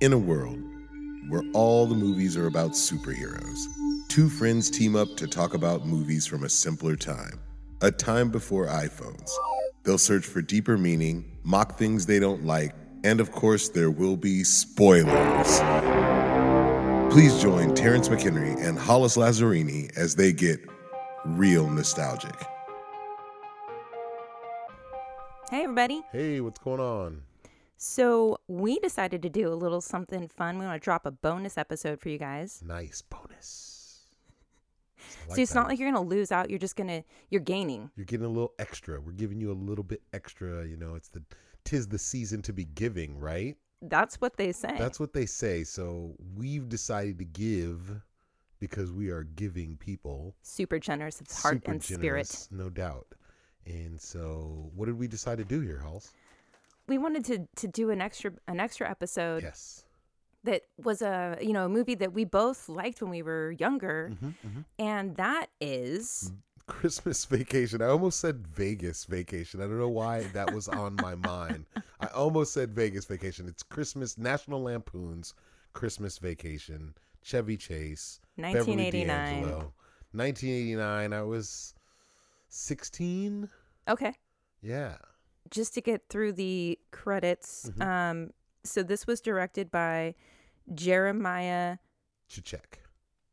in a world where all the movies are about superheroes. Two friends team up to talk about movies from a simpler time, a time before iPhones. They'll search for deeper meaning, mock things they don't like, and of course, there will be spoilers. Please join Terrence McHenry and Hollis Lazzarini as they get real nostalgic. Hey, everybody. Hey, what's going on? So, we decided to do a little something fun. We want to drop a bonus episode for you guys. Nice bonus. I so, it's that. not like you're going to lose out. You're just going to, you're gaining. you're getting a little extra. We're giving you a little bit extra. You know, it's the tis the season to be giving, right? That's what they say. That's what they say. So we've decided to give because we are giving people super generous of heart super and spirit. generous, no doubt. And so, what did we decide to do here, Halls? We wanted to to do an extra an extra episode Yes. that was a, you know, a movie that we both liked when we were younger, Mm. and that is Christmas vacation. I almost said Vegas vacation. I don't know why that was on my mind. I almost said Vegas vacation. It's Christmas, National Lampoon's Christmas vacation, Chevy Chase, Beverly 1989. D'Angelo. 1989. I was 16. Okay. Yeah. just to get through the credits, Mm-hmm. um, so this was directed by Jeremiah. Check.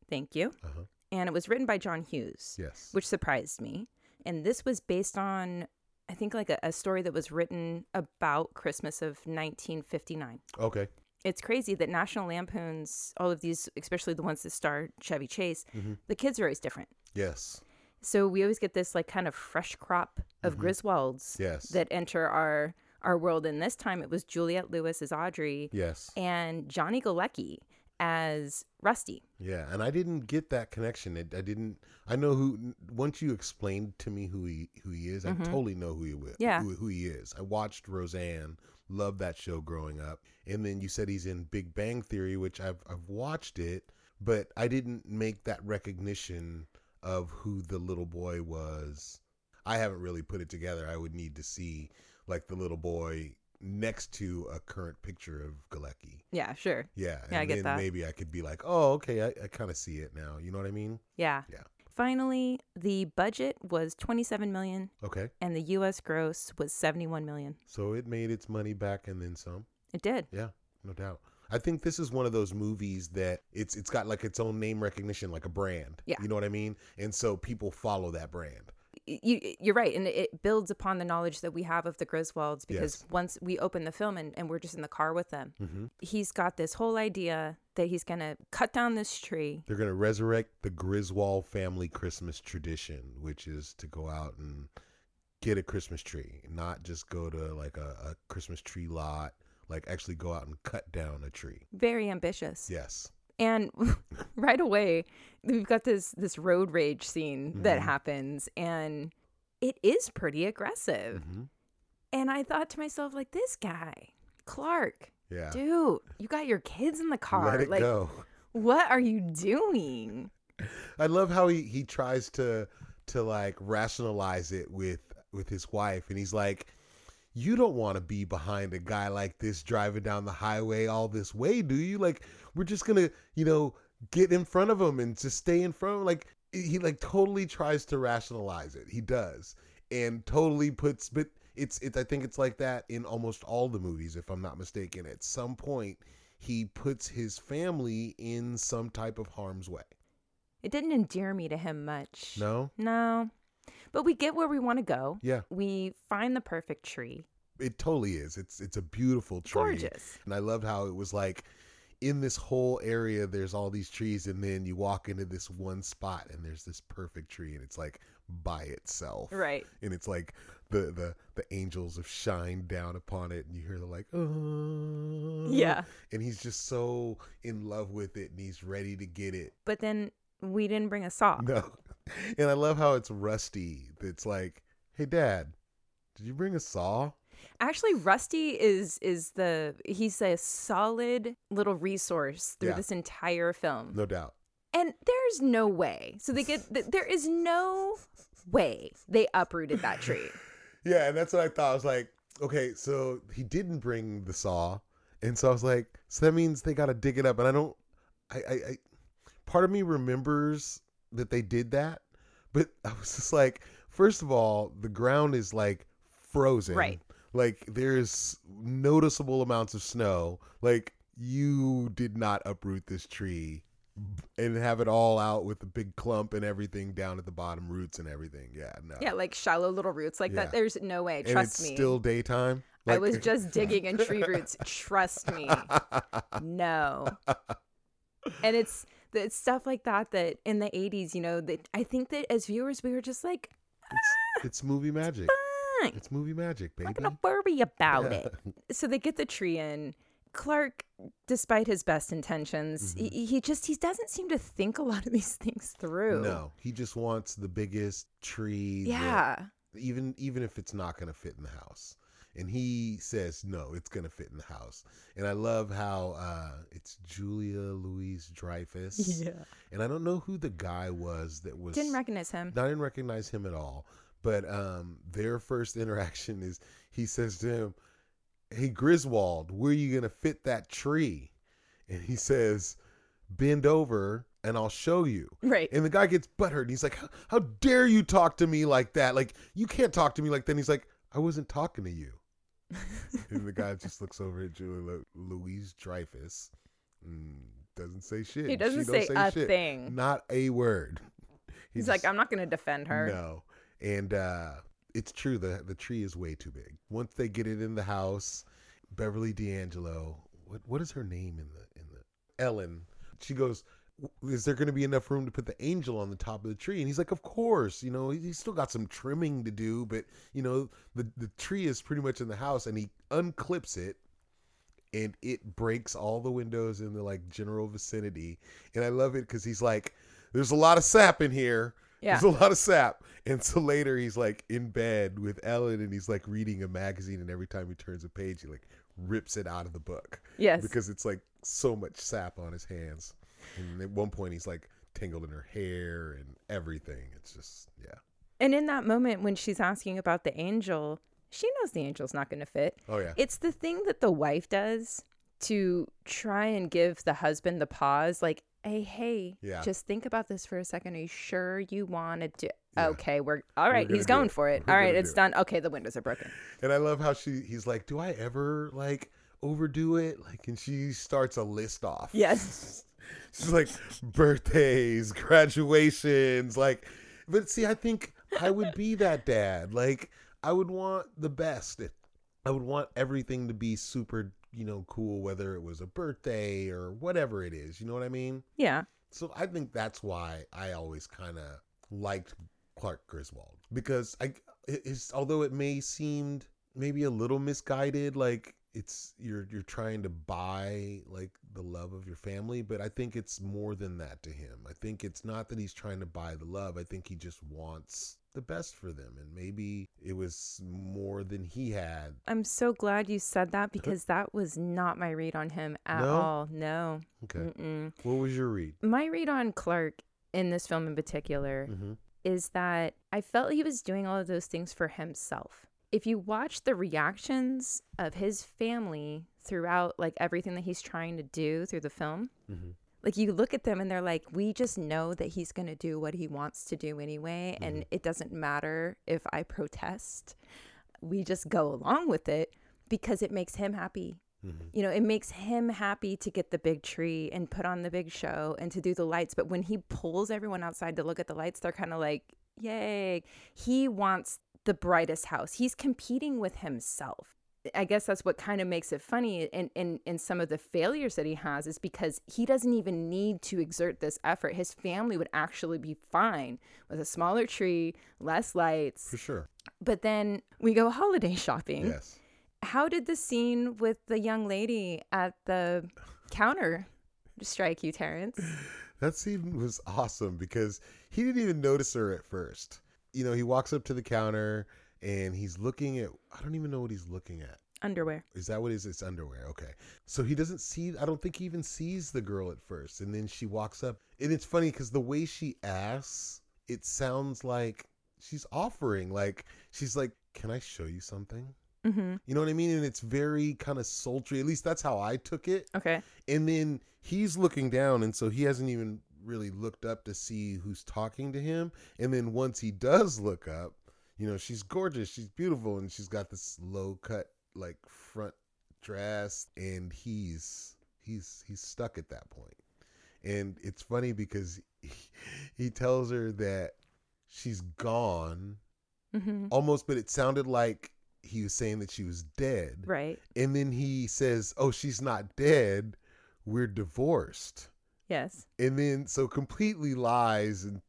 Thank you, Uh huh. and it was written by John Hughes, Yes. which surprised me. And this was based on, I think, like a, a story that was written about Christmas of 1959. okay. It's crazy that National Lampoons, all of these, especially the ones that star Chevy Chase, Mm-hmm. the kids are always different. Yes. So we always get this like kind of fresh crop of Griswolds Mm-hmm. Yes. that enter our our world. And this time it was Juliette Lewis as Audrey Yes. and Johnny Galecki as Rusty. Yeah, and I didn't get that connection. It, I didn't. I know who. Once you explained to me who he who he is, I totally know who he wi- Yeah. who, who he is. I watched Roseanne, loved that show growing up, and then you said he's in Big Bang Theory, which I've I've watched it, but I didn't make that recognition of who the little boy was. I haven't really put it together. I would need to see like the little boy next to a current picture of Galecki. Yeah, sure. Yeah, Yeah, I and get then that. maybe I could be like, oh, okay, I, I kind of see it now. You know what I mean? Yeah. Yeah. Finally, the budget was 27 million Okay, and the US gross was 71 million. so it made its money back and then some. It did. Yeah, no doubt. I think this is one of those movies that it's it's got like its own name recognition, like a brand. Yeah. you know what I mean? And so people follow that brand. Y- You, you're right. And it builds upon the knowledge that we have of the Griswolds because Yes. once we open the film and, and we're just in the car with them, Mm-hmm. he's got this whole idea that he's going to cut down this tree. They're gonna resurrect the Griswold family Christmas tradition, which is to go out and get a Christmas tree, not just go to like a, a Christmas tree lot. Like actually go out and cut down a tree. Very ambitious. Yes. and right away we've got this this road rage scene that Mm-hmm. happens and it is pretty aggressive Mhm. and i thought to myself like this guy clark Yeah. dude you got your kids in the car Let it like go. what are you doing I love how he, he tries to to like rationalize it with with his wife, and he's like, "You don't want to be behind a guy like this driving down the highway all this way, do you? Like, we're just gonna, you know, get in front of him and just stay in front. Of him. Like, he like totally tries to rationalize it. He does, and totally puts, but. It's, it's I think it's like that in almost all the movies, if I'm not mistaken. At some point, he puts his family in some type of harm's way. it didn't endear me to him much No? no but we get where we want to go Yeah, we find the perfect tree it totally is. It's it's a beautiful tree. gorgeous And I loved how it was like in this whole area there's all these trees and then you walk into this one spot and there's this perfect tree and it's like by itself. right And it's like the the the angels have shined down upon it and you hear the like oh yeah and he's just so in love with it and he's ready to get it but then we didn't bring a saw No. And I love how it's rusty. It's like, hey, dad, did you bring a saw? Actually, Rusty is is the he's a solid little resource through Yeah. this entire film. No doubt. And there's no way. So they get th- there is no way they uprooted that tree. Yeah, and that's what I thought. I was like, okay, so he didn't bring the saw, And so I was like, so that means they got to dig it up. And I don't, I, I, I, part of me remembers that they did that, but I was just like, first of all, the ground is like frozen. Right. Like there's noticeable amounts of snow. Like you did not uproot this tree and have it all out with the big clump and everything down at the bottom, roots and everything. Yeah, no. Yeah, like shallow little roots like Yeah. that. There's no way. and Trust it's me. still daytime. I was just digging in tree roots. Trust me. No. And it's it's stuff like that that in the 80s, you know, that I think that as viewers we were just like, it's, it's movie magic. "Fine, It's movie magic, baby. not gonna worry about Yeah. it. So they get the tree in. Clark, despite his best intentions, Mm-hmm. he, he just he doesn't seem to think a lot of these things through. No, he just wants the biggest tree. that- Yeah. even even if it's not gonna fit in the house, and he says no, it's gonna fit in the house. And I love how uh, it's Julia Louise Dreyfus. And I don't know who the guy was that was. Didn't recognize him. I didn't recognize him at all. But um, their first interaction is he says to him, Hey, Griswold, where are you going to fit that tree? And he says, Bend over and I'll show you. Right. And the guy gets butthurt. And he's like, "How- How dare you talk to me like that? Like, you can't talk to me like that. And he's like, I wasn't talking to you. and the guy just looks over at Julie Lo- Louise Dreyfus and doesn't say shit. He She doesn't don't say, a shit. thing. Not a word. He He's just- like, I'm not gonna defend her. no. And uh, it's true. The the tree is way too big. Once they get it in the house, Beverly D'Angelo. What what is her name in the in the Ellen? She goes. "W- Is there going to be enough room to put the angel on the top of the tree? And he's like, of course. You know, he- he's still got some trimming to do, but you know, the the tree is pretty much in the house, and he unclips it. And it breaks all the windows in the like general vicinity, and I love it because he's like, "There's a lot of sap in here, Yeah. there's a lot of sap. And so later he's like in bed with Ellen and he's like reading a magazine and every time he turns a page he like rips it out of the book Yes. because it's like so much sap on his hands. And at one point he's like tangled in her hair and everything. It's just yeah. And in that moment when she's asking about the angel, she knows the angel's not gonna fit. Oh yeah. It's the thing that the wife does to try and give the husband the pause, like, hey, hey, Yeah. just think about this for a second. Are you sure you want to do? Yeah. Okay, we're all right. gonna he's do going it. for it. We're all right, gonna it's do it. done. Okay, the windows are broken. And I love how she he's like, Do I ever like overdo it? Like and she starts a list off. Yes. She's like birthdays, graduations, like but see I think I would be that dad. Like I would want the best. I would want everything to be super, you know, cool whether it was a birthday or whatever it is. You know what I mean? Yeah. So I think that's why I always kind of liked Clark Griswold because I it's although it may seemed maybe a little misguided like it's you're you're trying to buy like the love of your family but I think it's more than that to him. I think it's not that he's trying to buy the love. I think he just wants the best for them and maybe it was more than he had. I'm so glad you said that because that was not my read on him at No? all. No. Okay. Mm-mm. What was your read? My read on Clark in this film in particular Mhm. is that I felt he was doing all of those things for himself. If you watch the reactions of his family throughout like everything that he's trying to do through the film, Mhm. like you look at them and they're like, we just know that he's going to do what he wants to do anyway. And it doesn't matter if I protest. We just go along with it because it makes him happy. Mm-hmm. You know, it makes him happy to get the big tree and put on the big show and to do the lights. But when he pulls everyone outside to look at the lights, they're kind of like, yay. He wants the brightest house. He's competing with himself. I guess that's what kind of makes it funny and and and some of the failures that he has is because he doesn't even need to exert this effort. His family would actually be fine with a smaller tree, less lights. For sure. But then we go holiday shopping. Yes. How did the scene with the young lady at the counter strike you, Terrence? That scene was awesome because he didn't even notice her at first. You know, he walks up to the counter and he's looking at I don't even know what he's looking at. Underwear. Is that what it is? It's underwear. Okay. So he doesn't see I don't think he even sees the girl at first. And then she walks up. And it's funny because the way she asks, it sounds like she's offering. Like she's like, Can I show you something? Mm-hmm. You know what I mean? And it's very kind of sultry. At least that's how I took it. Okay. And then he's looking down, and so he hasn't even really looked up to see who's talking to him. And then once he does look up, you know, she's gorgeous, she's beautiful, and she's got this low cut like front dress, and he's he's he's stuck at that point. And it's funny because he, he tells her that she's gone Mm-hmm. almost, but it sounded like he was saying that she was dead. Right. And then he says, "Oh, she's not dead. We're divorced." Yes. and then so completely lies and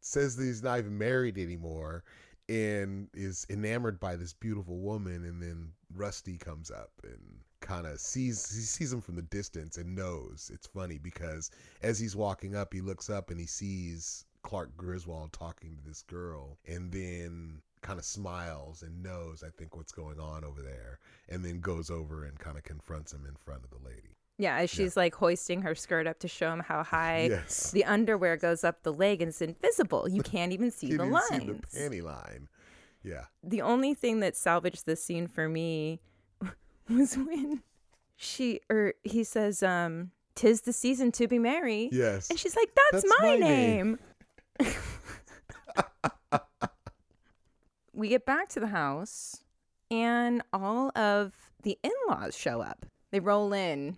says that he's not even married anymore and is enamored by this beautiful woman and then rusty comes up and kind of sees he sees him from the distance and knows it's funny because as he's walking up he looks up and he sees clark griswold talking to this girl and then kind of smiles and knows i think what's going on over there and then goes over and kind of confronts him in front of the lady Yeah. As she's like hoisting her skirt up to show him how high yes the underwear goes up the leg and it's invisible. You can't even see the Can you lines. see the panty line yeah the only thing that salvaged the scene for me was when she or he says um tis the season to be merry Yes. and she's like that's, That's my, my name." name, we get back to the house and all of the in-laws show up they roll in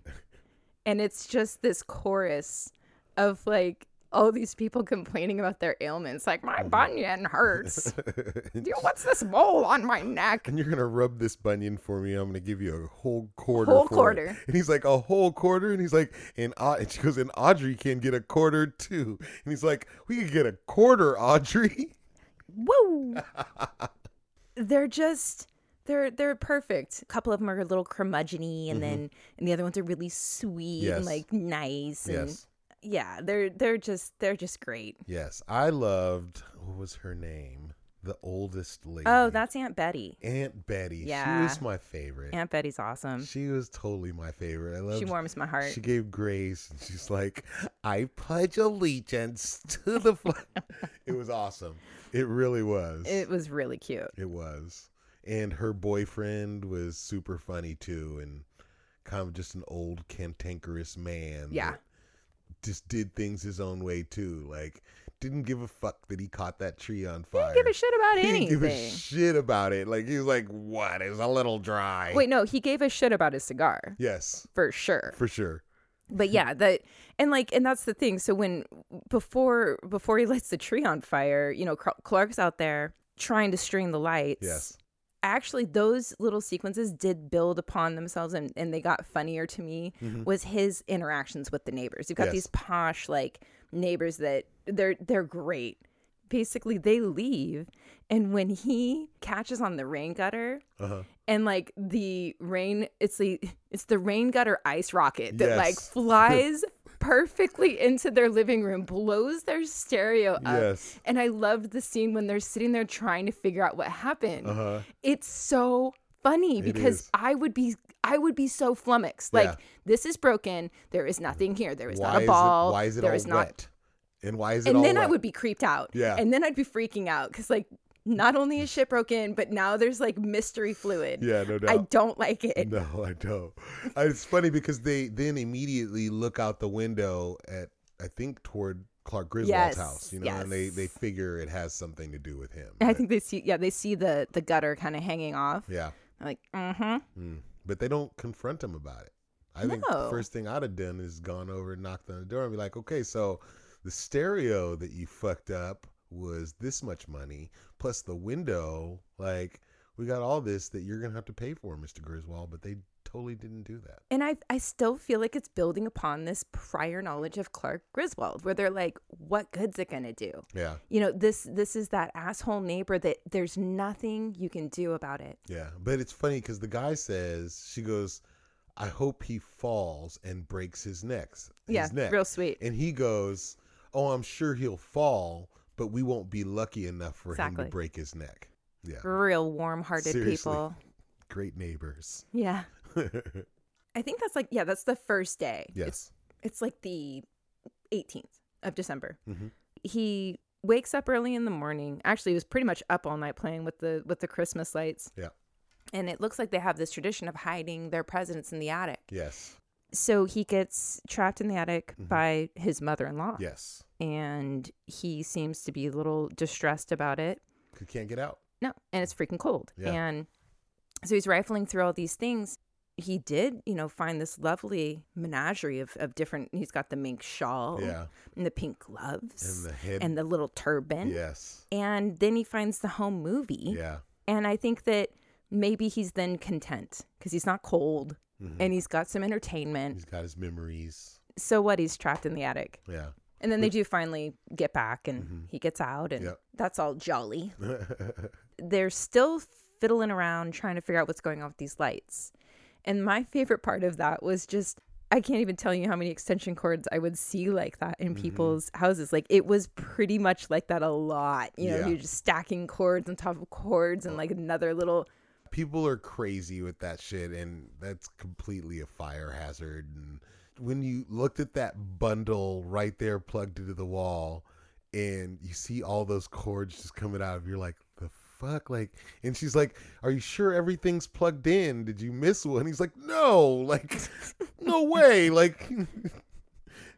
and it's just this chorus of like all these people complaining about their ailments like my bunion hurts Yo, what's this mole on my neck and you're gonna rub this bunion for me. I'm gonna give you a whole quarter. Whole for it." quarter. And he's like, a whole quarter. And he's like, and, Au- and she goes, and Audrey can get a quarter too. And he's like, we could get a quarter, Audrey. Woo! they're just they're they're perfect. A couple of them are a little curmudgeony, and then and the other ones are really sweet and Mm-hmm. Yes. like nice. And yeah, they're they're just they're just great. yes. I loved. What was her name? The oldest lady. Oh, that's Aunt Betty. Aunt Betty. Yeah. She was my favorite. Aunt Betty's awesome. she was totally my favorite. I loved. She warms my heart. She gave grace, and she's like, "I pledge allegiance to the flag." it was awesome. It really was. It was really cute. It was. And her boyfriend was super funny too, and kind of just an old cantankerous man. Yeah. that Just did things his own way too. Like, didn't give a fuck that he caught that tree on fire. Didn't give a shit about He didn't give a anything. shit about it. Like, he was like, what? It was a little dry. Wait, no, he gave a shit about his cigar Yes, for sure. for sure. but yeah that and like and that's the thing so when before before he lights the tree on fire you know Cl- clark's out there trying to string the lights Yes. actually those little sequences did build upon themselves and, and they got funnier to me was his interactions with the neighbors you've got Mm-hmm. Yes. these posh like neighbors that they're they're great basically they leave and when he catches on the rain gutter Uh-huh. and like the rain it's the it's the rain gutter ice rocket that like Yes. flies perfectly into their living room blows their stereo up Yes. and i loved the scene when they're sitting there trying to figure out what happened Uh-huh. it's so funny because is. i would be i would be so flummoxed like Yeah. this is broken there is nothing here there is not is a it- ball why is it there all is not wet? And why is it all and then I wet? would be creeped out. Yeah. And then I'd be freaking out because like not only is shit broken, but now there's like mystery fluid. Yeah, no doubt. I don't like it. No, I don't. I- It's funny because they then immediately look out the window at I think toward Clark Griswold's Yes, house, you know, and they yes. they figure it has something to do with him. I think they see yeah, they see the the gutter kind of hanging off. yeah, I'm like, mm-hmm. mm. but they don't confront him about it. I think the No. first thing I'd have done is gone over and knocked on the door and be like, "Okay, so the stereo that you fucked up was this much money plus the window. Like, we got all this that you're gonna have to pay for, Mister Griswold." But they totally didn't do that. And I I still feel like it's building upon this prior knowledge of Clark Griswold, where they're like, what good's it gonna do? Yeah. You know, this this is that asshole neighbor that there's nothing you can do about it. Yeah, but it's funny because the guy says she goes, "I hope he falls and breaks his necks." His yeah, neck. real sweet. And he goes, "Oh, I'm sure he'll fall, but we won't be lucky enough for him Exactly. to break his neck." Yeah, real warm hearted Seriously. people. great neighbors. Yeah. yes, I think that's like yeah, that's the first day. It's, it's like the 18th of December. Mhm. He wakes up early in the morning. Actually, he was pretty much up all night playing with the with the Christmas lights. Yeah. And it looks like they have this tradition of hiding their presents in the attic. Yes. So he gets trapped in the attic Mhm. by his mother in law. Yes. And he seems to be a little distressed about it. You can't get out. No, and it's freaking cold. Yeah. And so he's rifling through all these things. He did, you know, find this lovely menagerie of, of different. He's got the mink shawl, Yeah. and the pink gloves, And the head. and the little turban. yes. And then he finds the home movie. Yeah. And I think that maybe he's then content because he's not cold Mhm. and he's got some entertainment. He's got his memories. So what? He's trapped in the attic. Yeah. And then they do finally get back and Mhm. he gets out, and Yep. that's all jolly. they're still fiddling around trying to figure out what's going on with these lights. And my favorite part of that was just I can't even tell you how many extension cords I would see like that in Mm-hmm. people's houses. Like it was pretty much like that a lot. You know, Yeah. Oh. you're just stacking cords on top of cords and like another little People are crazy with that shit, and that's completely a fire hazard. And when you looked at that bundle right there plugged into the wall, and you see all those cords just coming out of, you're like, the fuck, like, and she's like, "Are you sure everything's plugged in? Did you miss one?" He's like, "No, like, no way, like."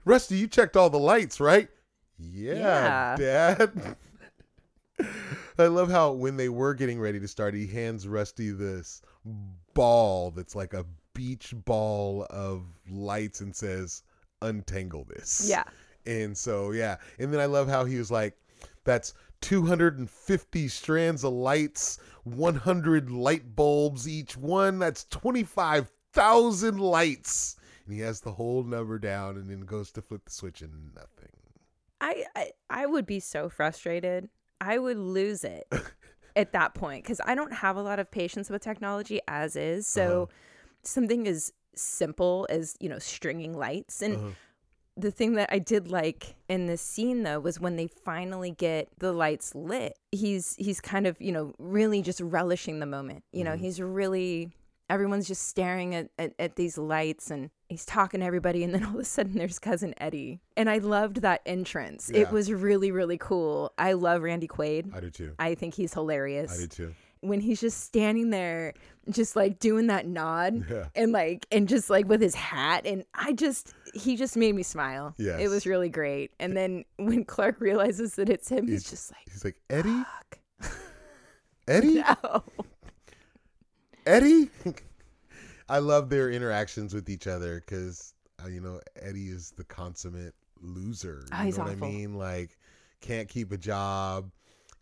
Rusty, you checked all the lights, right? Yeah, Yeah. Dad. I love how when they were getting ready to start, he hands Rusty this ball that's like a beach ball of lights and says, untangle this. Yeah. And so, yeah. And then I love how he was like, that's 250 strands of lights, 100 light bulbs each one. That's 25,000 lights. And he has the whole number down and then goes to flip the switch and nothing. I I, I would be so frustrated. I would lose it at that point because I don't have a lot of patience with technology as is. So something as simple as you know stringing lights and Uh-huh. the thing that I did like in this scene though was when they finally get the lights lit. He's he's kind of, you know, really just relishing the moment. You know, Mm-hmm. he's really everyone's just staring at, at, at these lights and he's talking to everybody and then all of a sudden there's cousin Eddie. And I loved that entrance. Yeah. It was really, really cool. I love Randy Quaid. I do too. I think he's hilarious I do too. when he's just standing there just like doing that nod Yeah. and like and just like with his hat and i just he just made me smile Yes. it was really great and then when clark realizes that it's him he's just like He's like, Eddie? fuck Eddie? oh Eddie? I love their interactions with each other because, uh, you know, Eddie is the consummate loser. You Oh, he's know what I awful. mean? Like, can't keep a job.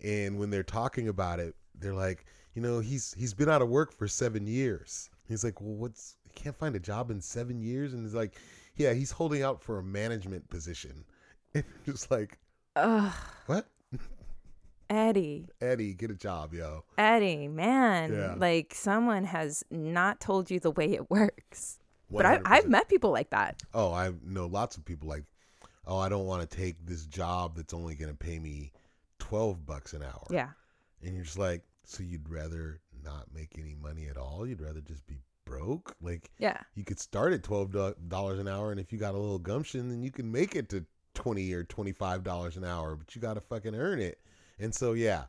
And when they're talking about it, they're like, you know, he's he's been out of work for seven years. He's like, well, what's, he can't find a job in seven years? And he's like, yeah, he's holding out for a management position. And you're just like, Ugh, what? eddie Eddie, get a job, yo. eddie man Yeah. like someone has not told you the way it works but I, 100%. i've met people like that Oh, I know lots of people like, oh, I don't want to take this job that's only going to pay me 12 bucks an hour. yeah And you're just like, so you'd rather not make any money at all? You'd rather just be broke? Like, yeah you could start at $12 an hour, and if you got a little gumption, then you can make it to 20 or $25 an hour, but you got to fucking earn it. And so, yeah,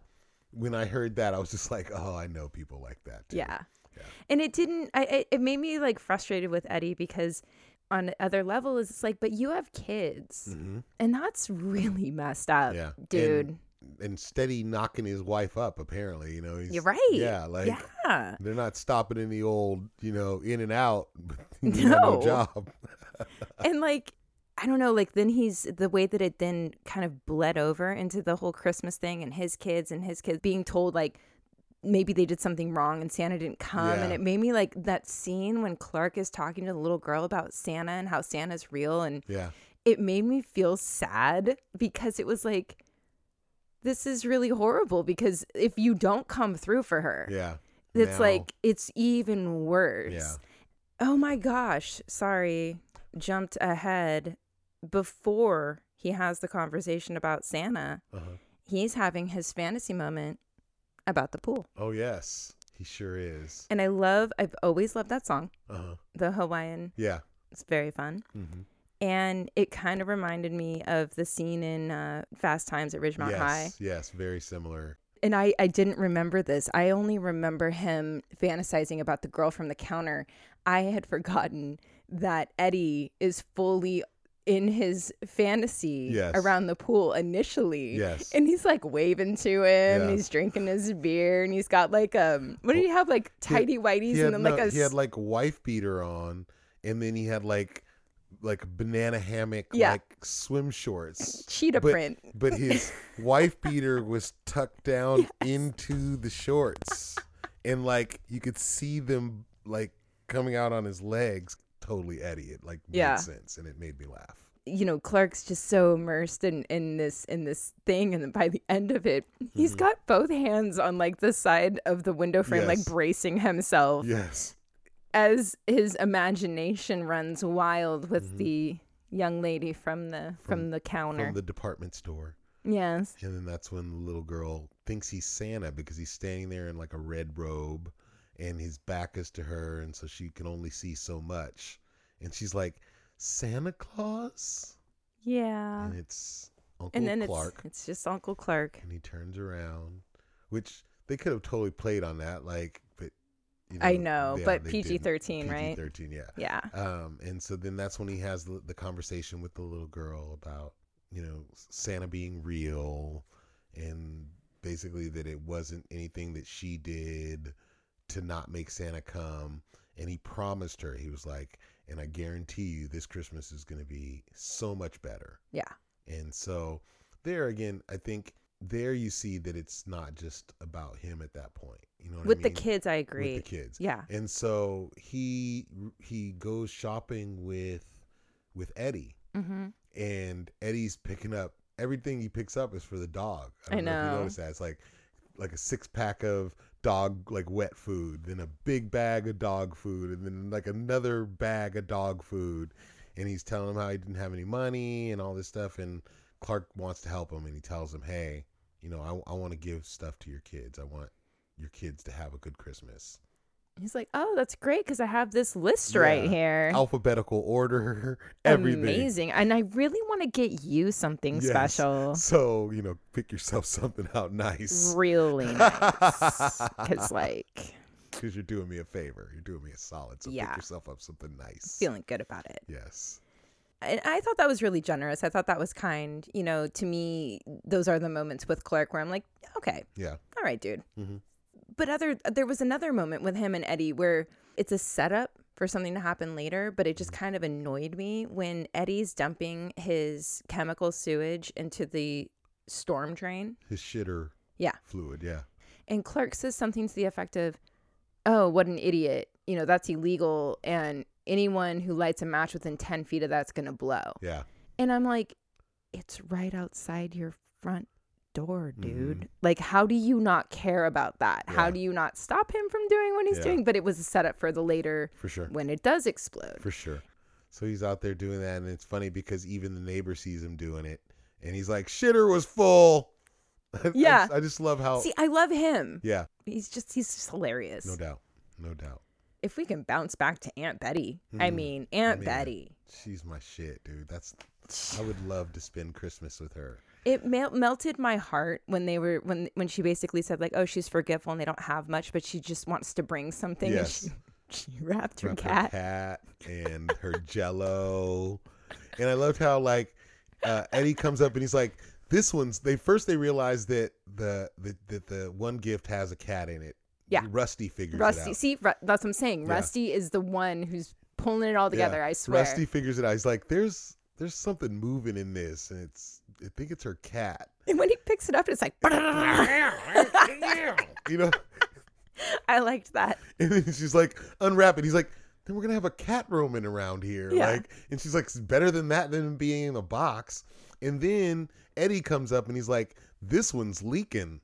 when I heard that, I was just like, oh, I know people like that. Too. Yeah. Yeah. And it didn't I I- it made me like frustrated with Eddie because on other level is it's like but you have kids hmm and that's really messed up. Yeah. And- Uh, Dude. And steady knocking his wife up, apparently. You know, he's, You're right. Yeah. Like, yeah. They're not stopping in the old, you know, in and out. you got no No. job. and like I don't know, like then he's the way that it then kind of bled over into the whole Christmas thing and his kids and his kids being told like maybe they did something wrong and Santa didn't come. And Yeah. it made me like that scene when Clark is talking to the little girl about Santa and how Santa's real and Yeah, it made me feel sad because it was like this is really horrible because if you don't come through for her yeah. it's Now- like it's even worse Yeah. oh my gosh sorry jumped ahead before he has the conversation about santa Uh-huh. he's having his fantasy moment about the pool Oh yes, he sure is. and i love i've always loved that song Uh huh. the hawaiian Yeah. it's very fun Mm-hmm. and it kind of reminded me of the scene in uh, Fast Times at Ridgemont yes. High. Yes. Very similar. and I, I didn't remember this. I only remember him fantasizing about the girl from the counter. I had forgotten that Eddie is fully in his fantasy Yes. around the pool initially. Yes. And he's like waving to him. Yeah. He's drinking his beer and he's got like um what did he have? Like tidy whities he had, and then no- like a he had like wife beater on, and then he had like like banana hammock Yeah. like swim shorts. cheetah but- print. But his wife beater was tucked down into the shorts, and like you could see them like coming out on his legs. Totally Eddie. It like Yeah. made sense, and it made me laugh. you know clark's just so immersed in in this in this thing and then by the end of it Mm-hmm. he's got both hands on like the side of the window frame like Yes. bracing himself Yes. as his imagination runs wild with the young lady from the from, the counter Mm-hmm. From the department store. yes And then that's when the little girl thinks he's Santa because he's standing there in like a red robe and his back is to her. And so she can only see so much. And she's like, Santa Claus? yeah and it's Uncle Uh, and then Clark. it's it's just uncle clark And he turns around, which they could have totally played on that. Like, but. You I know, but they PG-13, didn't. right? PG-13, yeah. yeah Um, and so then that's when he has the, the conversation with the little girl about, you know, Santa being real and basically that it wasn't anything that she did to not make Santa come. And he promised her, he was like, and I guarantee you this Christmas is going to be so much better. Yeah. And so there again, I think there you see that it's not just about him at that point. You know what with I the mean? kids i agree With the kids yeah and so he he goes shopping with with Eddie, mm-hmm. and Eddie's picking up everything he picks up is for the dog. I if you know. noticed that it's like like a six pack of dog like wet food, then a big bag of dog food, and then like another bag of dog food. And he's telling him how he didn't have any money and all this stuff. And Clark wants to help him, and he tells him, "Hey, you know, I, I want to give stuff to your kids. I want your kids to have a good Christmas." he's like oh that's great because i have this list right Yeah. here alphabetical order, everything. Amazing. And I really want to get you something Yes. special. So, you know, pick yourself something out nice Really nice. Because, like, because you're doing me a favor. You're doing me a solid. So Yeah. pick yourself up something nice. feeling good about it. yes. And I thought that was really generous. I thought that was kind. You know, to me, those are the moments with Clark where I'm like, okay, Yeah. all right, dude. Mhm. But other, there was another moment with him and Eddie where it's a setup for something to happen later, but it just kind of annoyed me when Eddie's dumping his chemical sewage into the storm drain. His shitter Yeah. fluid. Yeah. And Clark says something to the effect of, Oh, what an idiot. You know, that's illegal. And anyone who lights a match within 10 feet of that's going to blow. Yeah. And I'm like, It's right outside your front door, dude. Like, how do you not care about that? Mm-hmm. How Yeah. do you not stop him from doing what he's Yeah. doing? But it was a setup for the later For sure. when it does explode. For sure. So he's out there doing that. And it's funny because even the neighbor sees him doing it. And he's like, shitter was full. I- I Yeah. just- I just love how. See, I love him. yeah. He's just, he's just hilarious. No doubt. No doubt. If we can bounce back to Aunt Betty, I Mhm. mean, Aunt mean, Betty. She's my shit, dude. That's. I would love to spend Christmas with her. It mel- melted my heart when they were when when she basically said like, "Oh, she's forgetful and they don't have much, but she just wants to bring something." Yes. And she, she wrapped her Wrap cat. cat and her jello. And I loved how like uh, Eddie comes up and he's like, "This one's." They first they realize that the the that the one gift has a cat in it. Yeah. Rusty figures it Rusty, out. see, Ru- that's what I'm saying. Yeah. Rusty is the one who's pulling it all Yeah. together. I swear. Rusty figures it out. He's like, "There's there's something moving in this, and it's I think it's her cat." And when he picks it up, it's like, you know. I liked that. And then she's like, unwrap it. He's like, then we're gonna have a cat roaming around here. Yeah. Like and she's like, it's better than that than being in a box. And then Eddie comes up and he's like, This one's leaking.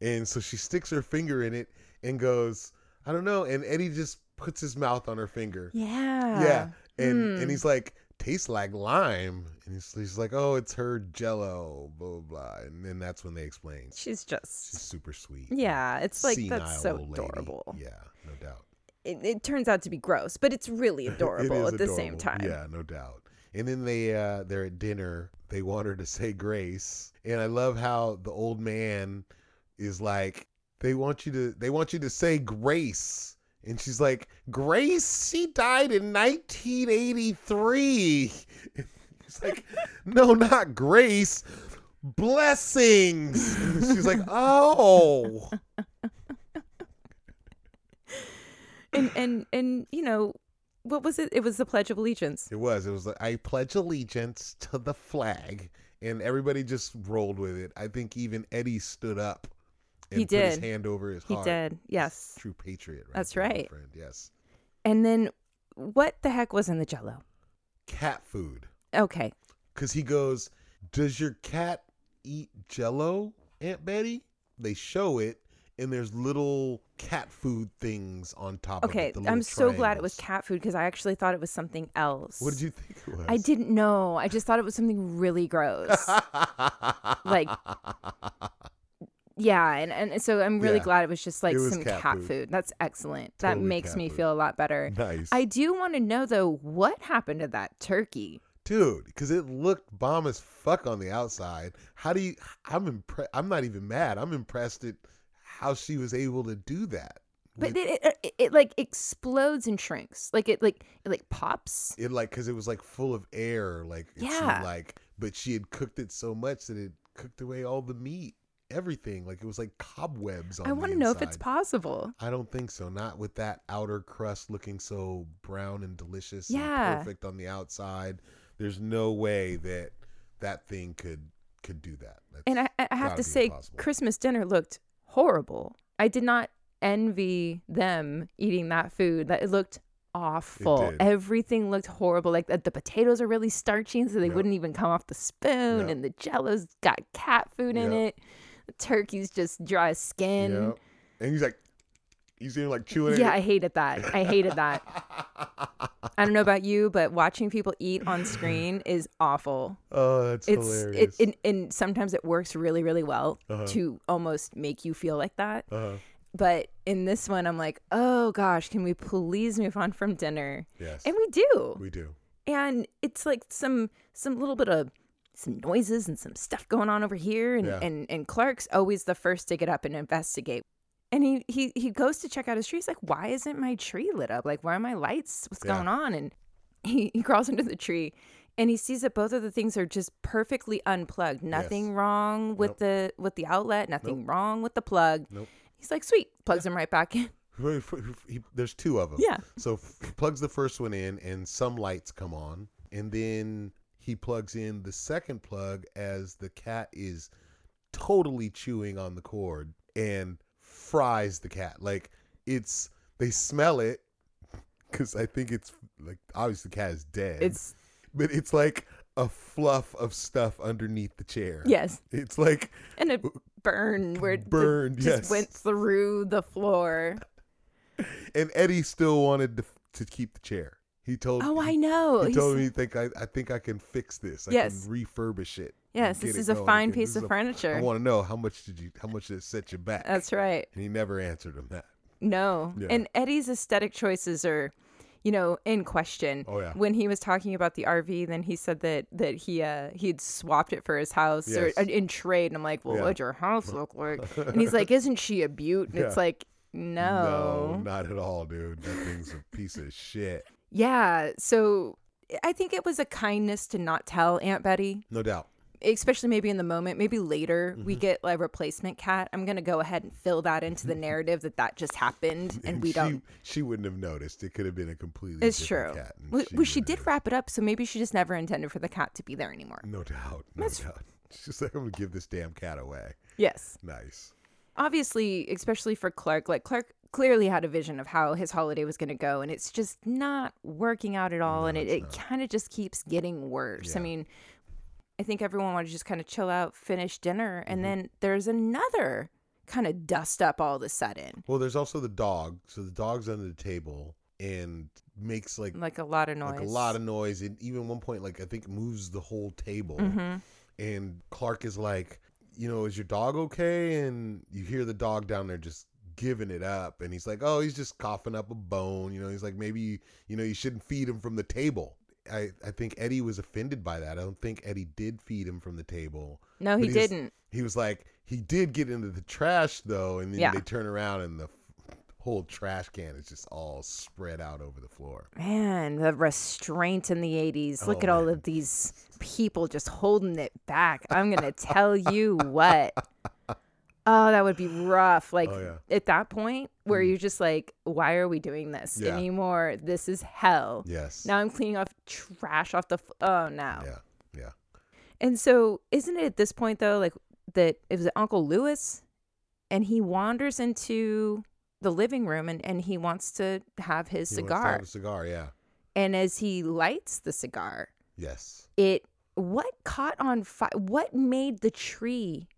And so she sticks her finger in it and goes, I don't know. And Eddie just puts his mouth on her finger. Yeah. Yeah. And Hmm. and he's like, tastes like lime. And he's, he's like, Oh, it's her jello, blah blah blah. And then that's when they explain. She's She's just. super sweet. Yeah, it's like that's so Senile old lady. adorable. Yeah, no doubt. It, it turns out to be gross, but it's really adorable is at the same adorable. time. Yeah, no doubt. And then they uh they're at dinner. They want her to say grace. And I love how the old man is like they want you to they want you to say grace and she's like grace she died in 1983 it's like no not grace blessings she's like oh and and and you know what was it? It was the Pledge of Allegiance. it was it was like i pledge allegiance to the flag and everybody just rolled with it i think even eddie stood up and He put his did. hand over his He heart did, yes. true patriot right That's there, my right. friend yes And then what the heck was in the Jello? cat food Okay, because he goes, "Does your cat eat Jello, Aunt Betty?" They show it, and there's little cat food things on top okay. of it. Oh, the I'm little so glad it was triangles. cat food because I actually thought it was something else. What did you think it was? I didn't know. I just thought it was something really gross. like, yeah, and, and so I'm really Yeah. glad it was just like It was some cat cat, food. food. That's excellent. that Totally makes cat me food. feel a lot better. nice, I do want to know though, what happened to that turkey? dude, because it looked bomb as fuck on the outside. How do you? I'm impressed. I'm not even mad. I'm impressed at how she was able to do that. But with- it, it, it, it like explodes and shrinks. Like it like it like pops. it like because it was like full of air like it seemed Yeah. like but she had cooked it so much that it cooked away all the meat everything like it was like cobwebs on I want to know if it's possible. i don't think so not with that outer crust looking so brown and delicious Yeah. and perfect on the outside there's no way that that thing could could do that That's- And I, I I have gotta to be say, impossible. Christmas dinner looked horrible. I did not envy them eating that food. That it looked awful. did. Everything looked horrible. Like the, the potatoes are really starchy, and so they Yep. wouldn't even come off the spoon. Yep. And the Jello's got cat food in Yep. it. The turkey's just dry skin. Yep. and he's like you see him like chewing Yeah, it I hated that. I hated that. I don't know about you, but watching people eat on screen is awful. oh that's It's it, hilarious and, and sometimes it works really, really well Uh-huh. to almost make you feel like that. uh-huh. But in this one, I'm like, oh gosh, can we please move on from dinner? yes And we do. we do And it's like some some little bit of some noises and some stuff going on over here. And Yeah. and, and Clark's always the first to get up and investigate. And he, he he goes to check out his tree. He's like, why isn't my tree lit up? Like, why are my lights? What's Yeah. going on? And he, he crawls under the tree and he sees that both of the things are just perfectly unplugged. Nothing wrong with Nope. the with the outlet, nothing wrong with the plug. Nope. He's like, sweet, plugs him right back in. Well, f- f- he- there's two of them. Yeah. So f- plugs the first one in, and some lights come on, and then he plugs in the second plug as the cat is totally chewing on the cord and fries the cat. Like it's they smell it because I think it's like obviously the cat is dead. It's but it's like a fluff of stuff underneath the chair. yes. It's like And a burn where it Burn, just yes. Oh, went through the floor. and Eddie still wanted to, to keep the chair. He told Oh, he I know. He He's- told me, "Think I, I think I can fix this. I Yes. can refurbish it. and yes, get this it is a going fine again. piece This is of a- I furniture. want to know how much did you, how much did it set you back? That's right. And he never answered him that. No. Yeah. And Eddie's aesthetic choices are, you know, in question. Oh, yeah. When he was talking about the RV, then he said that that he uh he'd swapped it for his house Yes. or uh, in trade. And I'm like, well, Yeah. what'd your house look like? and he's like, isn't she a beaut? And Yeah. it's like, No, no. not at all, dude. That thing's a piece of shit. Yeah. So I think it was a kindness to not tell Aunt Betty, No doubt. especially maybe in the moment. Maybe later we Mm-hmm. get a replacement cat. I'm going to go ahead and fill that into the narrative that that just happened and we she, don't. She wouldn't have noticed. It could have been a completely. It's true. different Cat, and Well, well, she wouldn't did have- wrap it up, so maybe she just never intended for the cat to be there anymore. No doubt. No doubt. She's like, I'm gonna give this damn cat away. Yes. Nice. Obviously, especially for Clark, like Clark clearly had a vision of how his holiday was going to go, and it's just not working out at all. and it, it kind of just keeps getting worse. I Yeah. mean, I think everyone wanted to just kind of chill out, finish dinner, Mm-hmm. and then there's another kind of dust up all of a sudden, Well, there's also the dog. So the dog's under the table and makes like like a lot of noise. like a lot of noise and even one point like i think moves the whole table Mhm. and clark is like you know is your dog okay and you hear the dog down there just giving it up and he's like oh he's just coughing up a bone you know he's like maybe you, you know you shouldn't feed him from the table I, I think eddie was offended by that i don't think eddie did feed him from the table No, he But he's- didn't. he was like He did get into the trash though, and then Yeah. they turn around and the f- whole trash can is just all spread out over the floor. Man, the restraint in the 80s. Look Oh, at all man. of these people just holding it back. I'm going to tell you what. Oh, that would be rough. Like Oh, yeah. Mm. at that point where you're just like, why are we doing this Yeah. anymore? This is hell. Yes. Now I'm cleaning off trash off the. F- oh, no. Yeah. Yeah. And so, isn't it at this point though, like that it was Uncle Lewis, and he wanders into the living room and, and he wants to have his He wants to have cigar. a cigar. Yeah. and as he lights the cigar, Yes. it what caught on fire? What made the tree?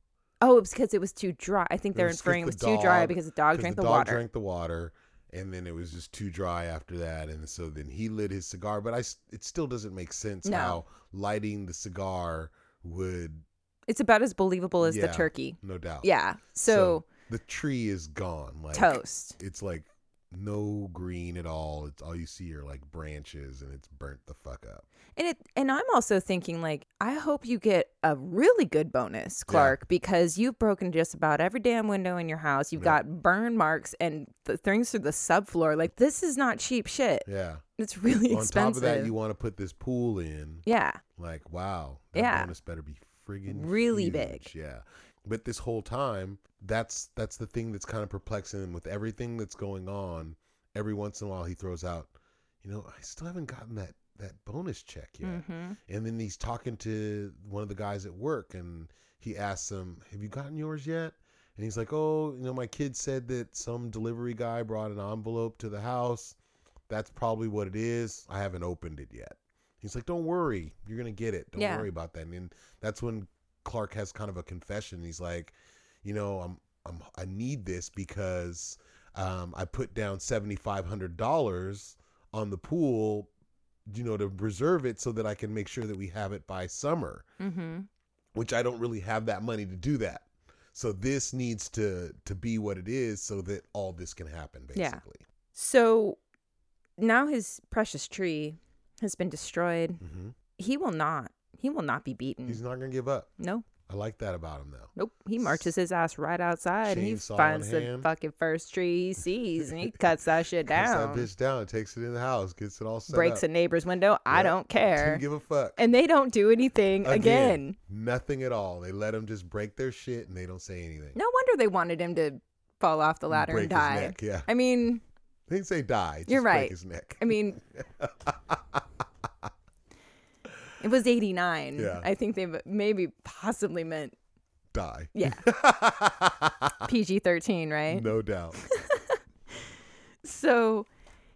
Oh, it was because it was too dry. I think they're was 'cause inferring it the was too dry dog- because the dog 'Cause drank the, the, dog water. drank the water, and then it was just too dry after that, and so then he lit his cigar. But I, s- it still doesn't make sense No. how lighting the cigar would, It's about as believable as Yeah. the turkey. no doubt. Yeah. So, the tree is gone. Like toast. It's like no green at all. It's all you see are like branches, and it's burnt the fuck up. And it and I'm also thinking like I hope you get a really good bonus, Clark, because you've broken just about every damn window in your house. You've Yeah. got burn marks and th- things through the subfloor. Like this is not cheap shit. Yeah. It's really On top expensive. of that, you want to put this pool in. yeah. Like, wow, that Yeah. bonus better be friggin' Really huge. big. Yeah. But this whole time, that's that's the thing that's kind of perplexing him with everything that's going on. Every once in a while, he throws out, you know, I still haven't gotten that that bonus check yet. hmm And then he's talking to one of the guys at work, and he asks him, "Have you gotten yours yet?" And he's like, "Oh, you know, my kid said that some delivery guy brought an envelope to the house. That's probably what it is. I haven't opened it yet." He's like, "Don't worry, you're gonna get it. Don't Yeah. worry about that." And then that's when Clark has kind of a confession. He's like, "You know, I'm, I'm, I need this because um, I put down seventy five hundred dollars on the pool, you know, to reserve it so that I can make sure that we have it by summer." hmm which I don't really have that money to do that. So this needs to to be what it is so that all this can happen Yeah. basically. So now his precious tree has been destroyed. hmm He will not. He will not be beaten. He's not going to give up. no. I like that about him though. Nope. He marches his ass right outside and he Chainsaw in finds the hand. fucking first tree he sees and he cuts that shit Cuts down. that bitch down, takes it in the house, gets it all set breaks a up. neighbor's window. Yep. I Didn't don't care. give a fuck. and they don't do anything again. Nothing at all. They let him just break their shit and they don't say anything. No wonder they wanted him to fall off the ladder break and die. His neck. Yeah. I mean, They didn't say die. Just You're break right. his neck. I mean, it was '89. Yeah. I think they maybe possibly meant die. yeah PG-13, right? no doubt. So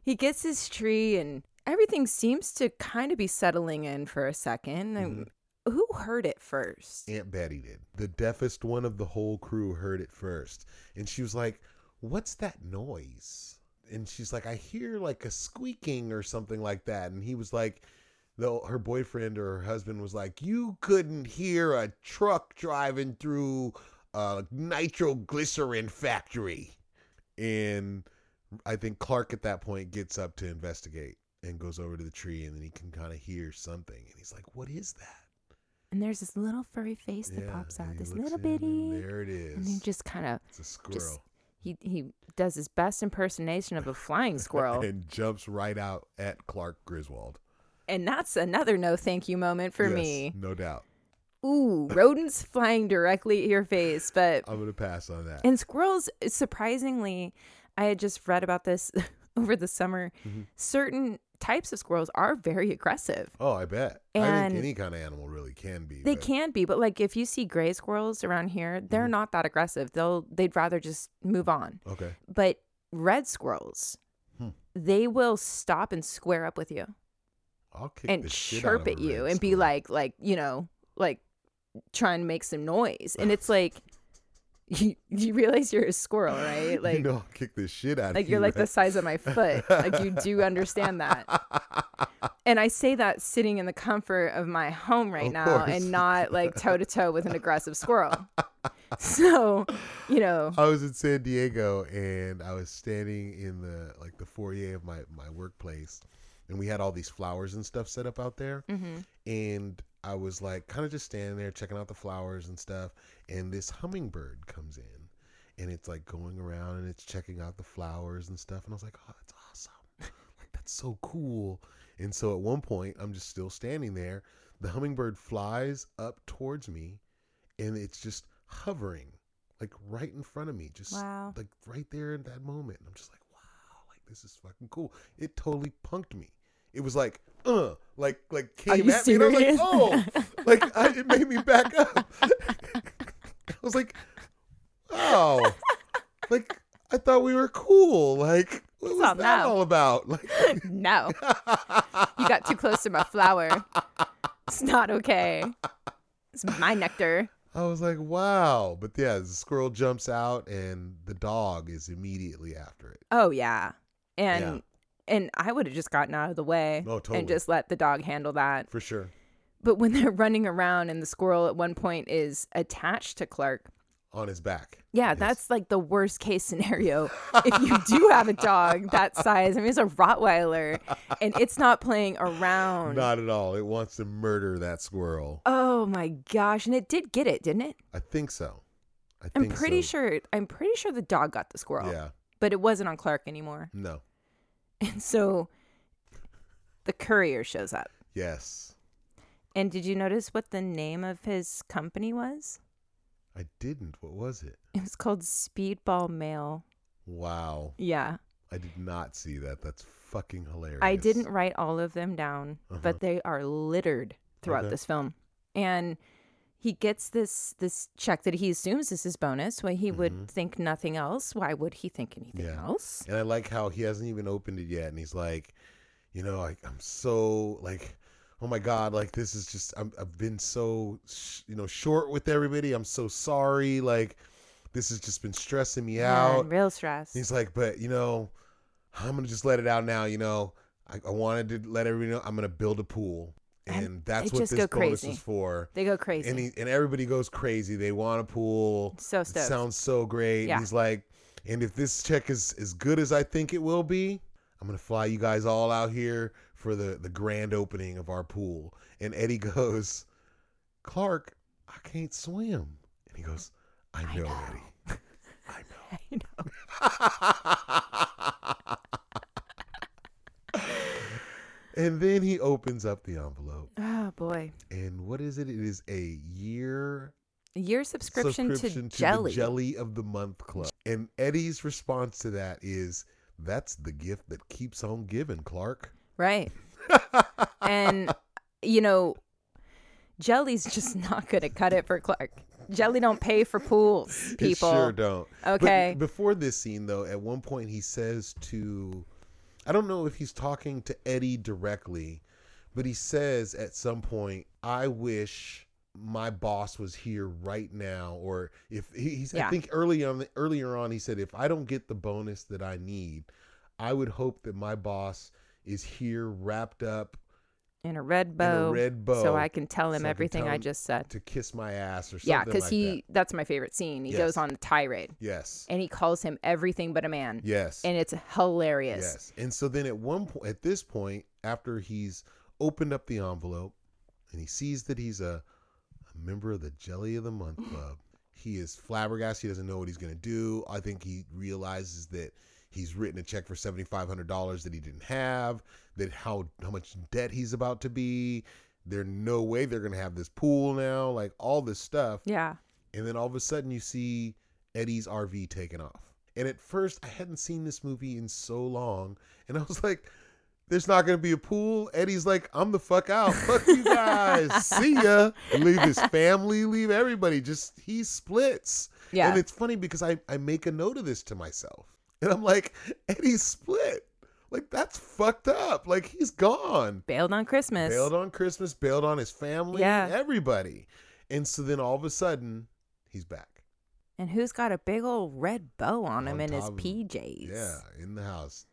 he gets his tree, and everything seems to kind of be settling in for a 2nd Mm-hmm. who heard it first? Aunt Betty did. The deafest one of the whole crew heard it first. And she was like, What's that noise? And she's like, I hear like a squeaking or something like that. And he was like, though her boyfriend or her husband was like, You couldn't hear a truck driving through a nitroglycerin factory. And I think Clark at that point gets up to investigate and goes over to the tree and then he can kind of hear something. And he's like, What is that? And there's this little furry face that Yeah, pops and out, he this looks little in, and bitty, There it is. and he just kind of it's a squirrel. he he does his best impersonation of a flying squirrel and jumps right out at Clark Griswold. and that's another no thank you moment for Yes, me no doubt. ooh rodents flying directly at your face but I'm gonna pass on that. and squirrels surprisingly i had just read about this over the summer Mm-hmm. certain types of squirrels are very aggressive oh, I bet. I and- think any kind of animal really can be. they but can be but like if you see gray squirrels around here they're Mm-hmm. not that aggressive they'll they'd rather just move on Okay. but red squirrels Hmm. they will stop and square up with you I'll kick the and shit out of chirp a at you red and be squirrel. like like you know like try and make some noise and it's like you, you realize you're a squirrel right like you know, I'll kick the shit out like of you're you. like the right? size of my foot like you do understand that and i say that sitting in the comfort of my home right Of now course. and not like toe to toe with an aggressive squirrel so you know I was in San Diego and I was standing in the like the foyer of my my workplace, and we had all these flowers and stuff set up out there, mhm. and I was like kind of just standing there checking out the flowers and stuff, and this hummingbird comes in, and it's like going around and it's checking out the flowers and stuff, and I was like, oh, that's awesome, like that's so cool. And so at one point, I'm just still standing there. The hummingbird flies up towards me, and it's just hovering, like right in front of me, just Wow. like right there in that moment. And I'm just like, wow, like this is fucking cool. It totally punked me. It was like, uh, like like Are came you at me, and I was like, serious? oh, like I, it made me back up. I was like, oh, like I thought we were cool. Like what He's was all, that "No." all about? Like, no, you got too close to my flower. It's not okay. It's my nectar. I was like, wow. But yeah, the squirrel jumps out, and the dog is immediately after it. Oh yeah, and and I would have just gotten out of the way Oh, totally. and just let the dog handle that. For sure. But when they're running around and the squirrel at one point is attached to Clark, On his back. yeah, Yes. that's like the worst case scenario. if you do have a dog that size, I mean, it's a Rottweiler and it's not playing around. Not at all. It wants to murder that squirrel. oh my gosh. And it did get it, didn't it? I think so. I I'm think pretty so. sure. I'm pretty sure the dog got the squirrel, Yeah. but it wasn't on Clark anymore. No. And so the courier shows up. Yes. And did you notice what the name of his company was? I didn't. What was it? It was called Speedball Mail. Wow. Yeah. I did not see that. That's fucking hilarious. I didn't write all of them down, Uh-huh. but they are littered throughout Okay. this film. And he gets this this check that he assumes is his bonus. Why he would think nothing else. Why would he think anything Mm-hmm. Yeah. else? And I like how he hasn't even opened it yet, and he's like, you know, I, I'm so like, oh my god, like this is just I'm, I've been so sh- you know short with everybody. I'm so sorry. Like this has just been stressing me Man, out. real stress. He's like, but you know, I'm gonna just let it out now. You know, I, I wanted to let everybody know I'm gonna build a pool, and, And that's they what just this go bonus crazy. is for. they go crazy. And he, and everybody goes crazy. They want a pool. so It stoked. sounds so great. Yeah. And he's like, and if this check is as good as I think it will be, I'm gonna fly you guys all out here for the the grand opening of our pool. And Eddie goes, Clark, I can't swim. And he goes, I know, Eddie. I know. I know. and then he opens up the envelope. Oh boy. And what is it? It is a year Your subscription, subscription to, jelly. the Jelly of the Month Club. And Eddie's response to that is, that's the gift that keeps on giving, Clark. Right. and you know, jelly's just not gonna cut it for Clark. Jelly don't pay for pools, It people. sure don't. But Okay. before this scene, though, at one point he says to, I don't know if he's talking to Eddie directly, but he says at some point, I wish my boss was here right now or if he- he's i Yeah. think early on earlier on he said if i don't get the bonus that i need i would hope that my boss is here wrapped up in a red in bow. a red bow So I can tell him so I can everything tell I him just said. to kiss my ass or something Yeah, because like he that. that's my favorite scene. He Yes. goes on the tirade yes and he calls him everything but a man. yes And it's hilarious. Yes. And so then at one point, at this point, after he's opened up the envelope and he sees that he's a, a member of the Jelly of the Month Club, he is flabbergasted. He doesn't know what he's going to do. I think he realizes that he's written a check for $7,500 that he didn't have, that how, how much debt he's about to be. There's no way they're going to have this pool now, like all this stuff. Yeah. And then all of a sudden you see Eddie's RV taken off. And at first I hadn't seen this movie in so long. And I was like, there's not going to be a pool. Eddie's like, I'm the fuck out. Fuck you guys. see ya. Leave his family, leave everybody. Just, he splits. Yeah. And it's funny because I, I make a note of this to myself. And I'm like, Eddie split. Like, that's fucked up. Like, he's gone. Bailed on Christmas. Bailed on Christmas, bailed on his family, Yeah. everybody. And so then all of a sudden, he's back. and who's got a big old red bow on him On in his top of him. PJs? Yeah, in the house.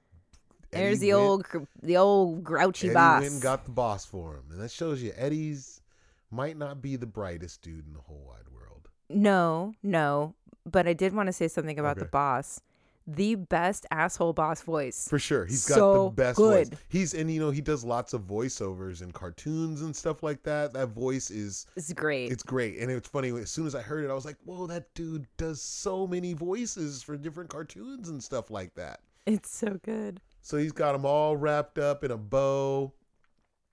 There's Eddie the went- old old the old grouchy Eddie boss. went and got the boss for him. And that shows you Eddie's might not be the brightest dude in the whole wide world. No, no. But I did want to say something about Okay. the boss. the best asshole boss voice. For sure. He's got So the best good. voice. He's and you know, he does lots of voiceovers and cartoons and stuff like that. That voice is It's great. it's great. And it's funny, as soon as I heard it, I was like, Whoa, that dude does so many voices for different cartoons and stuff like that. It's so good. So he's got them all wrapped up in a bow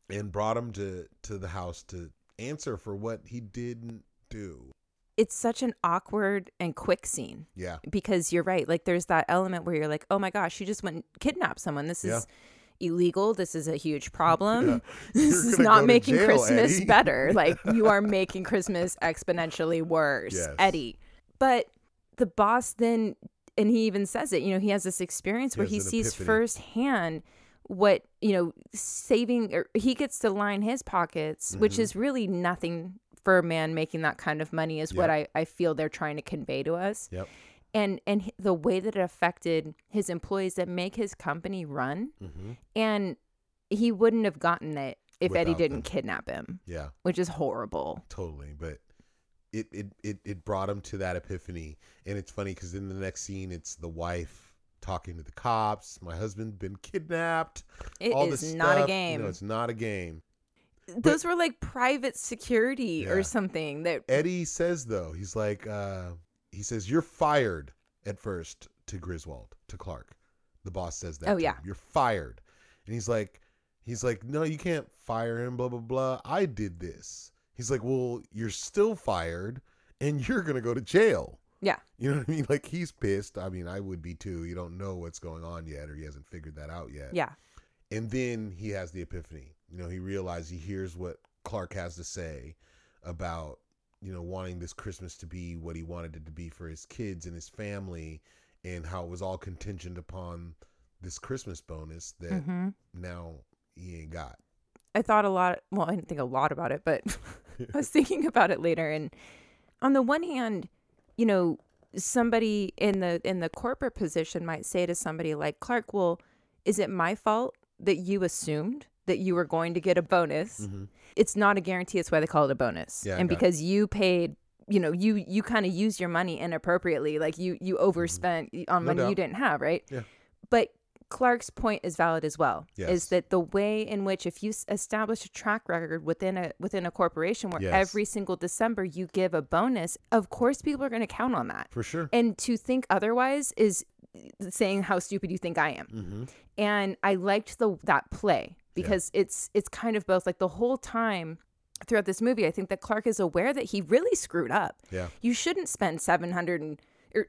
and brought them to, to the house to answer for what he didn't do. It's such an awkward and quick scene Yeah. because you're right. Like there's that element where you're like, "Oh my gosh, you just went and kidnapped someone. This Yeah. is illegal. This is a huge problem. Yeah. This You're is gonna go not to making jail, Christmas Eddie." better. Like you are making Christmas exponentially worse, Yes. Eddie." But the boss then and he even says it, you know, he has this experience He where has he an sees epiphany. firsthand what, you know, saving or he gets to line his pockets, Mm-hmm. which is really nothing for a man making that kind of money is what I, I feel they're trying to convey to us. Yep. And and h- the way that it affected his employees that make his company run Mm-hmm. and he wouldn't have gotten it if Eddie Without didn't them. kidnap him, Yeah. which is horrible. totally but it it it, it brought him to that epiphany and it's funny because in the next scene it's the wife talking to the cops my husband's been kidnapped It is all this not stuff. a game. no it's not a game Those were like private security Yeah. or something that eddie says though he's like uh he says you're fired at first to griswold to clark the boss says that Oh, to yeah. him. you're fired and he's like he's like no you can't fire him blah blah blah i did this he's like well you're still fired and you're gonna go to jail yeah. You know what I mean? Like he's pissed. I mean, I would be too. You don't know what's going on yet, or he hasn't figured that out yet. Yeah. And then he has the epiphany. You know, he realizes he hears what Clark has to say about you know wanting this Christmas to be what he wanted it to be for his kids and his family, and how it was all contingent upon this Christmas bonus that hmm now he ain't got. I thought a lot. Well, I didn't think a lot about it, but I was thinking about it later. And on the one hand, you know, somebody in the in the corporate position might say to somebody like Clark, "Well, is it my fault that you assumed that you were going to get a bonus? It's not a guarantee. It's why they call it a bonus. Yeah, I and got it. because you paid." You know, you you kind of used your money inappropriately, like you you overspent on Mm-hmm. No money doubt. you didn't have, right? Yeah. But Clark's point is valid as well. Yes. Is that the way in which if you s- establish a track record within a within a corporation where Yes. every single December you give a bonus, of course people are going to count on that. For sure. And to think otherwise is saying how stupid you think I am. Mm-hmm. And I liked the that play because it's it's kind of both like the whole time throughout this movie I think that Clark is aware that he really screwed up. Yeah. You shouldn't spend 700 and or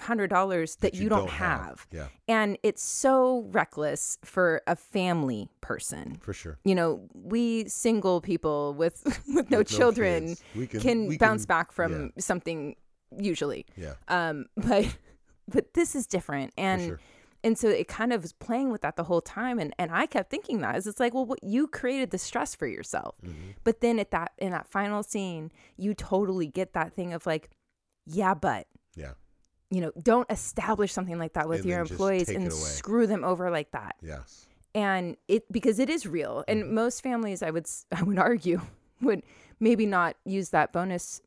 $7500 that, you, don't, have. Yeah, And it's so reckless for a family person. for sure. You know, we single people with with no With no children kids, we can- can, we bounce can- back from something usually. Yeah. Um, but but this is different, and sure. and so it kind of was playing with that the whole time, and and I kept thinking that is it's like, well, what you created the stress for yourself, Mm-hmm. but then at that in that final scene, you totally get that thing of like, yeah, but Yeah. you know, don't establish something like that with And your then just employees take it and away. screw them over like that Yes. and it because it is real and Mm-hmm. most families i would s- i would argue would maybe not use that bonus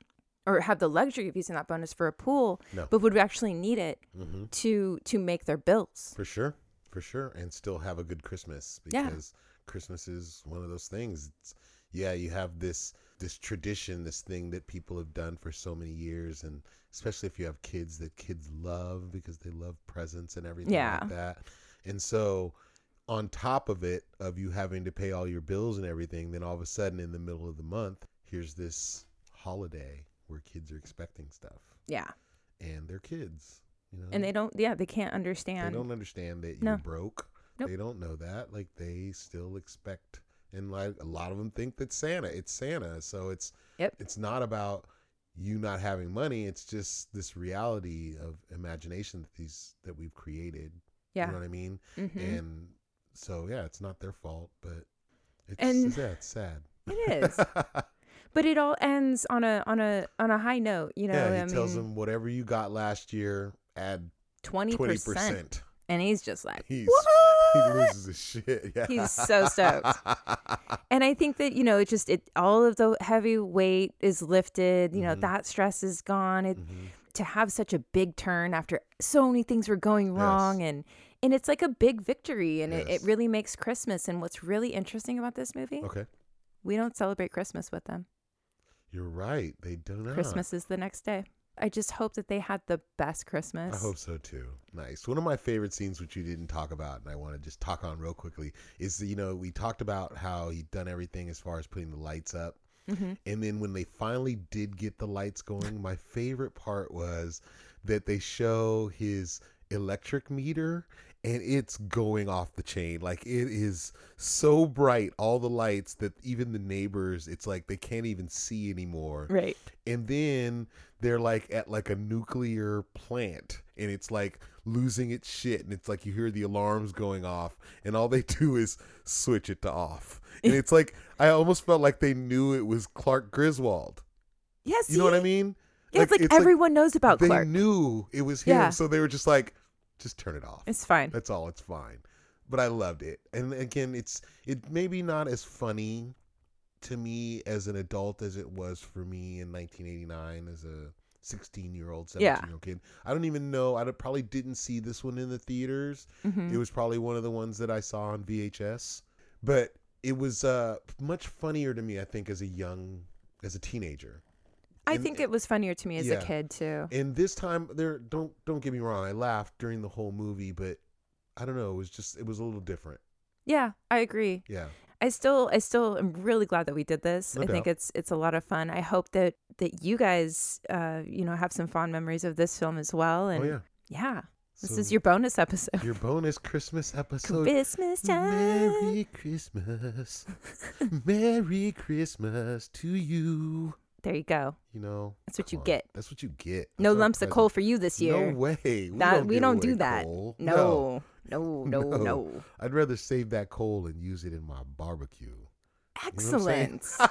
or have the luxury of using that bonus for a pool No. but would actually need it Mm-hmm. to to make their bills For sure. For sure. And still have a good Christmas Yeah. because Christmas is one of those things. It's, yeah, you have this this tradition, this thing that people have done for so many years and especially if you have kids that kids love because they love presents and everything Yeah. like that. And so on top of it of you having to pay all your bills and everything, then all of a sudden in the middle of the month, here's this holiday where kids are expecting stuff yeah and they're kids, you know. and they don't yeah they can't understand They don't understand that you're No. broke. Nope. They don't know that. Like they still expect, and like a lot of them think that Santa. It's Santa, so it's Yep. it's not about you not having money. It's just this reality of imagination that these that we've created. yeah you know what I mean. Mhm. And so yeah, it's not their fault, but it's And- yeah, it's sad. it is but it all ends on a on a on a high note you know yeah, he i tells mean them whatever you got last year, add 20%, twenty percent. and he's just like He's he "What?" loses his shit. Yeah. He's so stoked. and I think that you know, it Mm-hmm. just it all of the heavy weight is lifted. You know, that stress is gone. It Mhm. to have such a big turn after so many things were going wrong and and it's like a big victory and it, Yes. it really makes Christmas and what's really interesting about this movie, Okay. we don't celebrate Christmas with them. You're right. They do not. Christmas is the next day. I just hope that they had the best Christmas. I hope so too. Nice. One of my favorite scenes, which you didn't talk about, and I want to just talk on real quickly, is you know we talked about how he'd done everything as far as putting the lights up, Mhm. and then when they finally did get the lights going, my favorite part was that they show his electric meter, and it's going off the chain. Like it is so bright, all the lights that even the neighbors, it's like they can't even see anymore Right. and then they're like at like a nuclear plant and it's like losing its shit and it's like you hear the alarms going off and all they do is switch it to off and it's like i almost felt like they knew it was clark griswold Yes. you know what i mean Yeah, it's like everyone knows about they Clark. knew it was him Yeah. so they were just like just turn it off it's fine. that's all it's fine but i loved it and again it's it maybe not as funny to me as an adult as it was for me in 1989 as a 16 year old 17 Yeah. year old kid i don't even know i don't- probably didn't see this one in the theaters Mhm. it was probably one of the ones that i saw on vhs but it was uh much funnier to me i think as a young as a teenager I and- think it was funnier to me as Yeah. a kid too. and this time there don't don't get me wrong i laughed during the whole movie but i don't know it was just it was a little different Yeah, I agree. yeah I still I still am really glad that we did this. No I think doubt. it's it's a lot of fun. I hope that that you guys uh you know have some fond memories of this film as well and oh yeah. yeah, This So, is your bonus episode. your bonus Christmas episode. Christmas time. Merry Christmas. Merry Christmas to you. There you go. You know. That's what come you on, get. That's what you get. No That's our lumps of present. coal for you this year. No way. We that don't, we give don't away do that. coal. No. No, no, no. No. I'd rather save that coal and use it in my barbecue. You know what I'm Excellent. saying?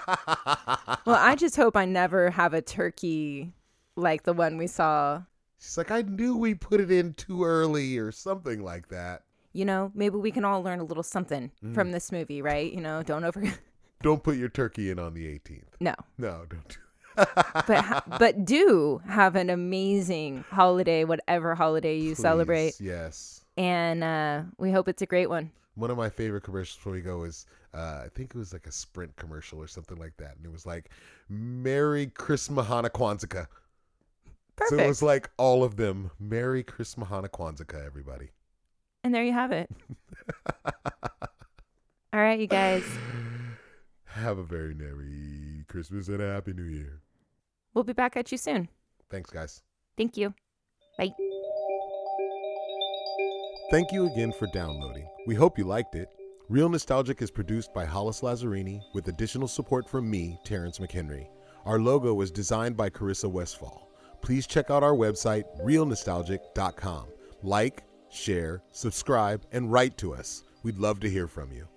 well, I just hope I never have a turkey like the one we saw. She's like, I knew we put it in too early or something like that. You know, maybe we can all learn a little something Mm. from this movie, right? You know, don't over Don't put your turkey in on the 18th. No. No, don't do But ha- but do have an amazing holiday whatever holiday you Please, celebrate. Yes. And uh, we hope it's a great one. one of my favorite commercials before we go is uh, I think it was like a Sprint commercial or something like that, and it was like "Merry Christmas, Hana Kwanzaa." So Perfect. it was like all of them. "Merry Christmas, Hana Kwanzaa," everybody. and there you have it. All right, you guys. Have a very merry Christmas and a happy New Year. We'll be back at you soon. Thanks, guys. Thank you. Thank you again for downloading. We hope you liked it. Real Nostalgic is produced by Hollis Lazzarini with additional support from me, Terrence McHenry. Our logo was designed by Carissa Westfall. Please check out our website, realnostalgic.com. Like, share, subscribe, and write to us. We'd love to hear from you.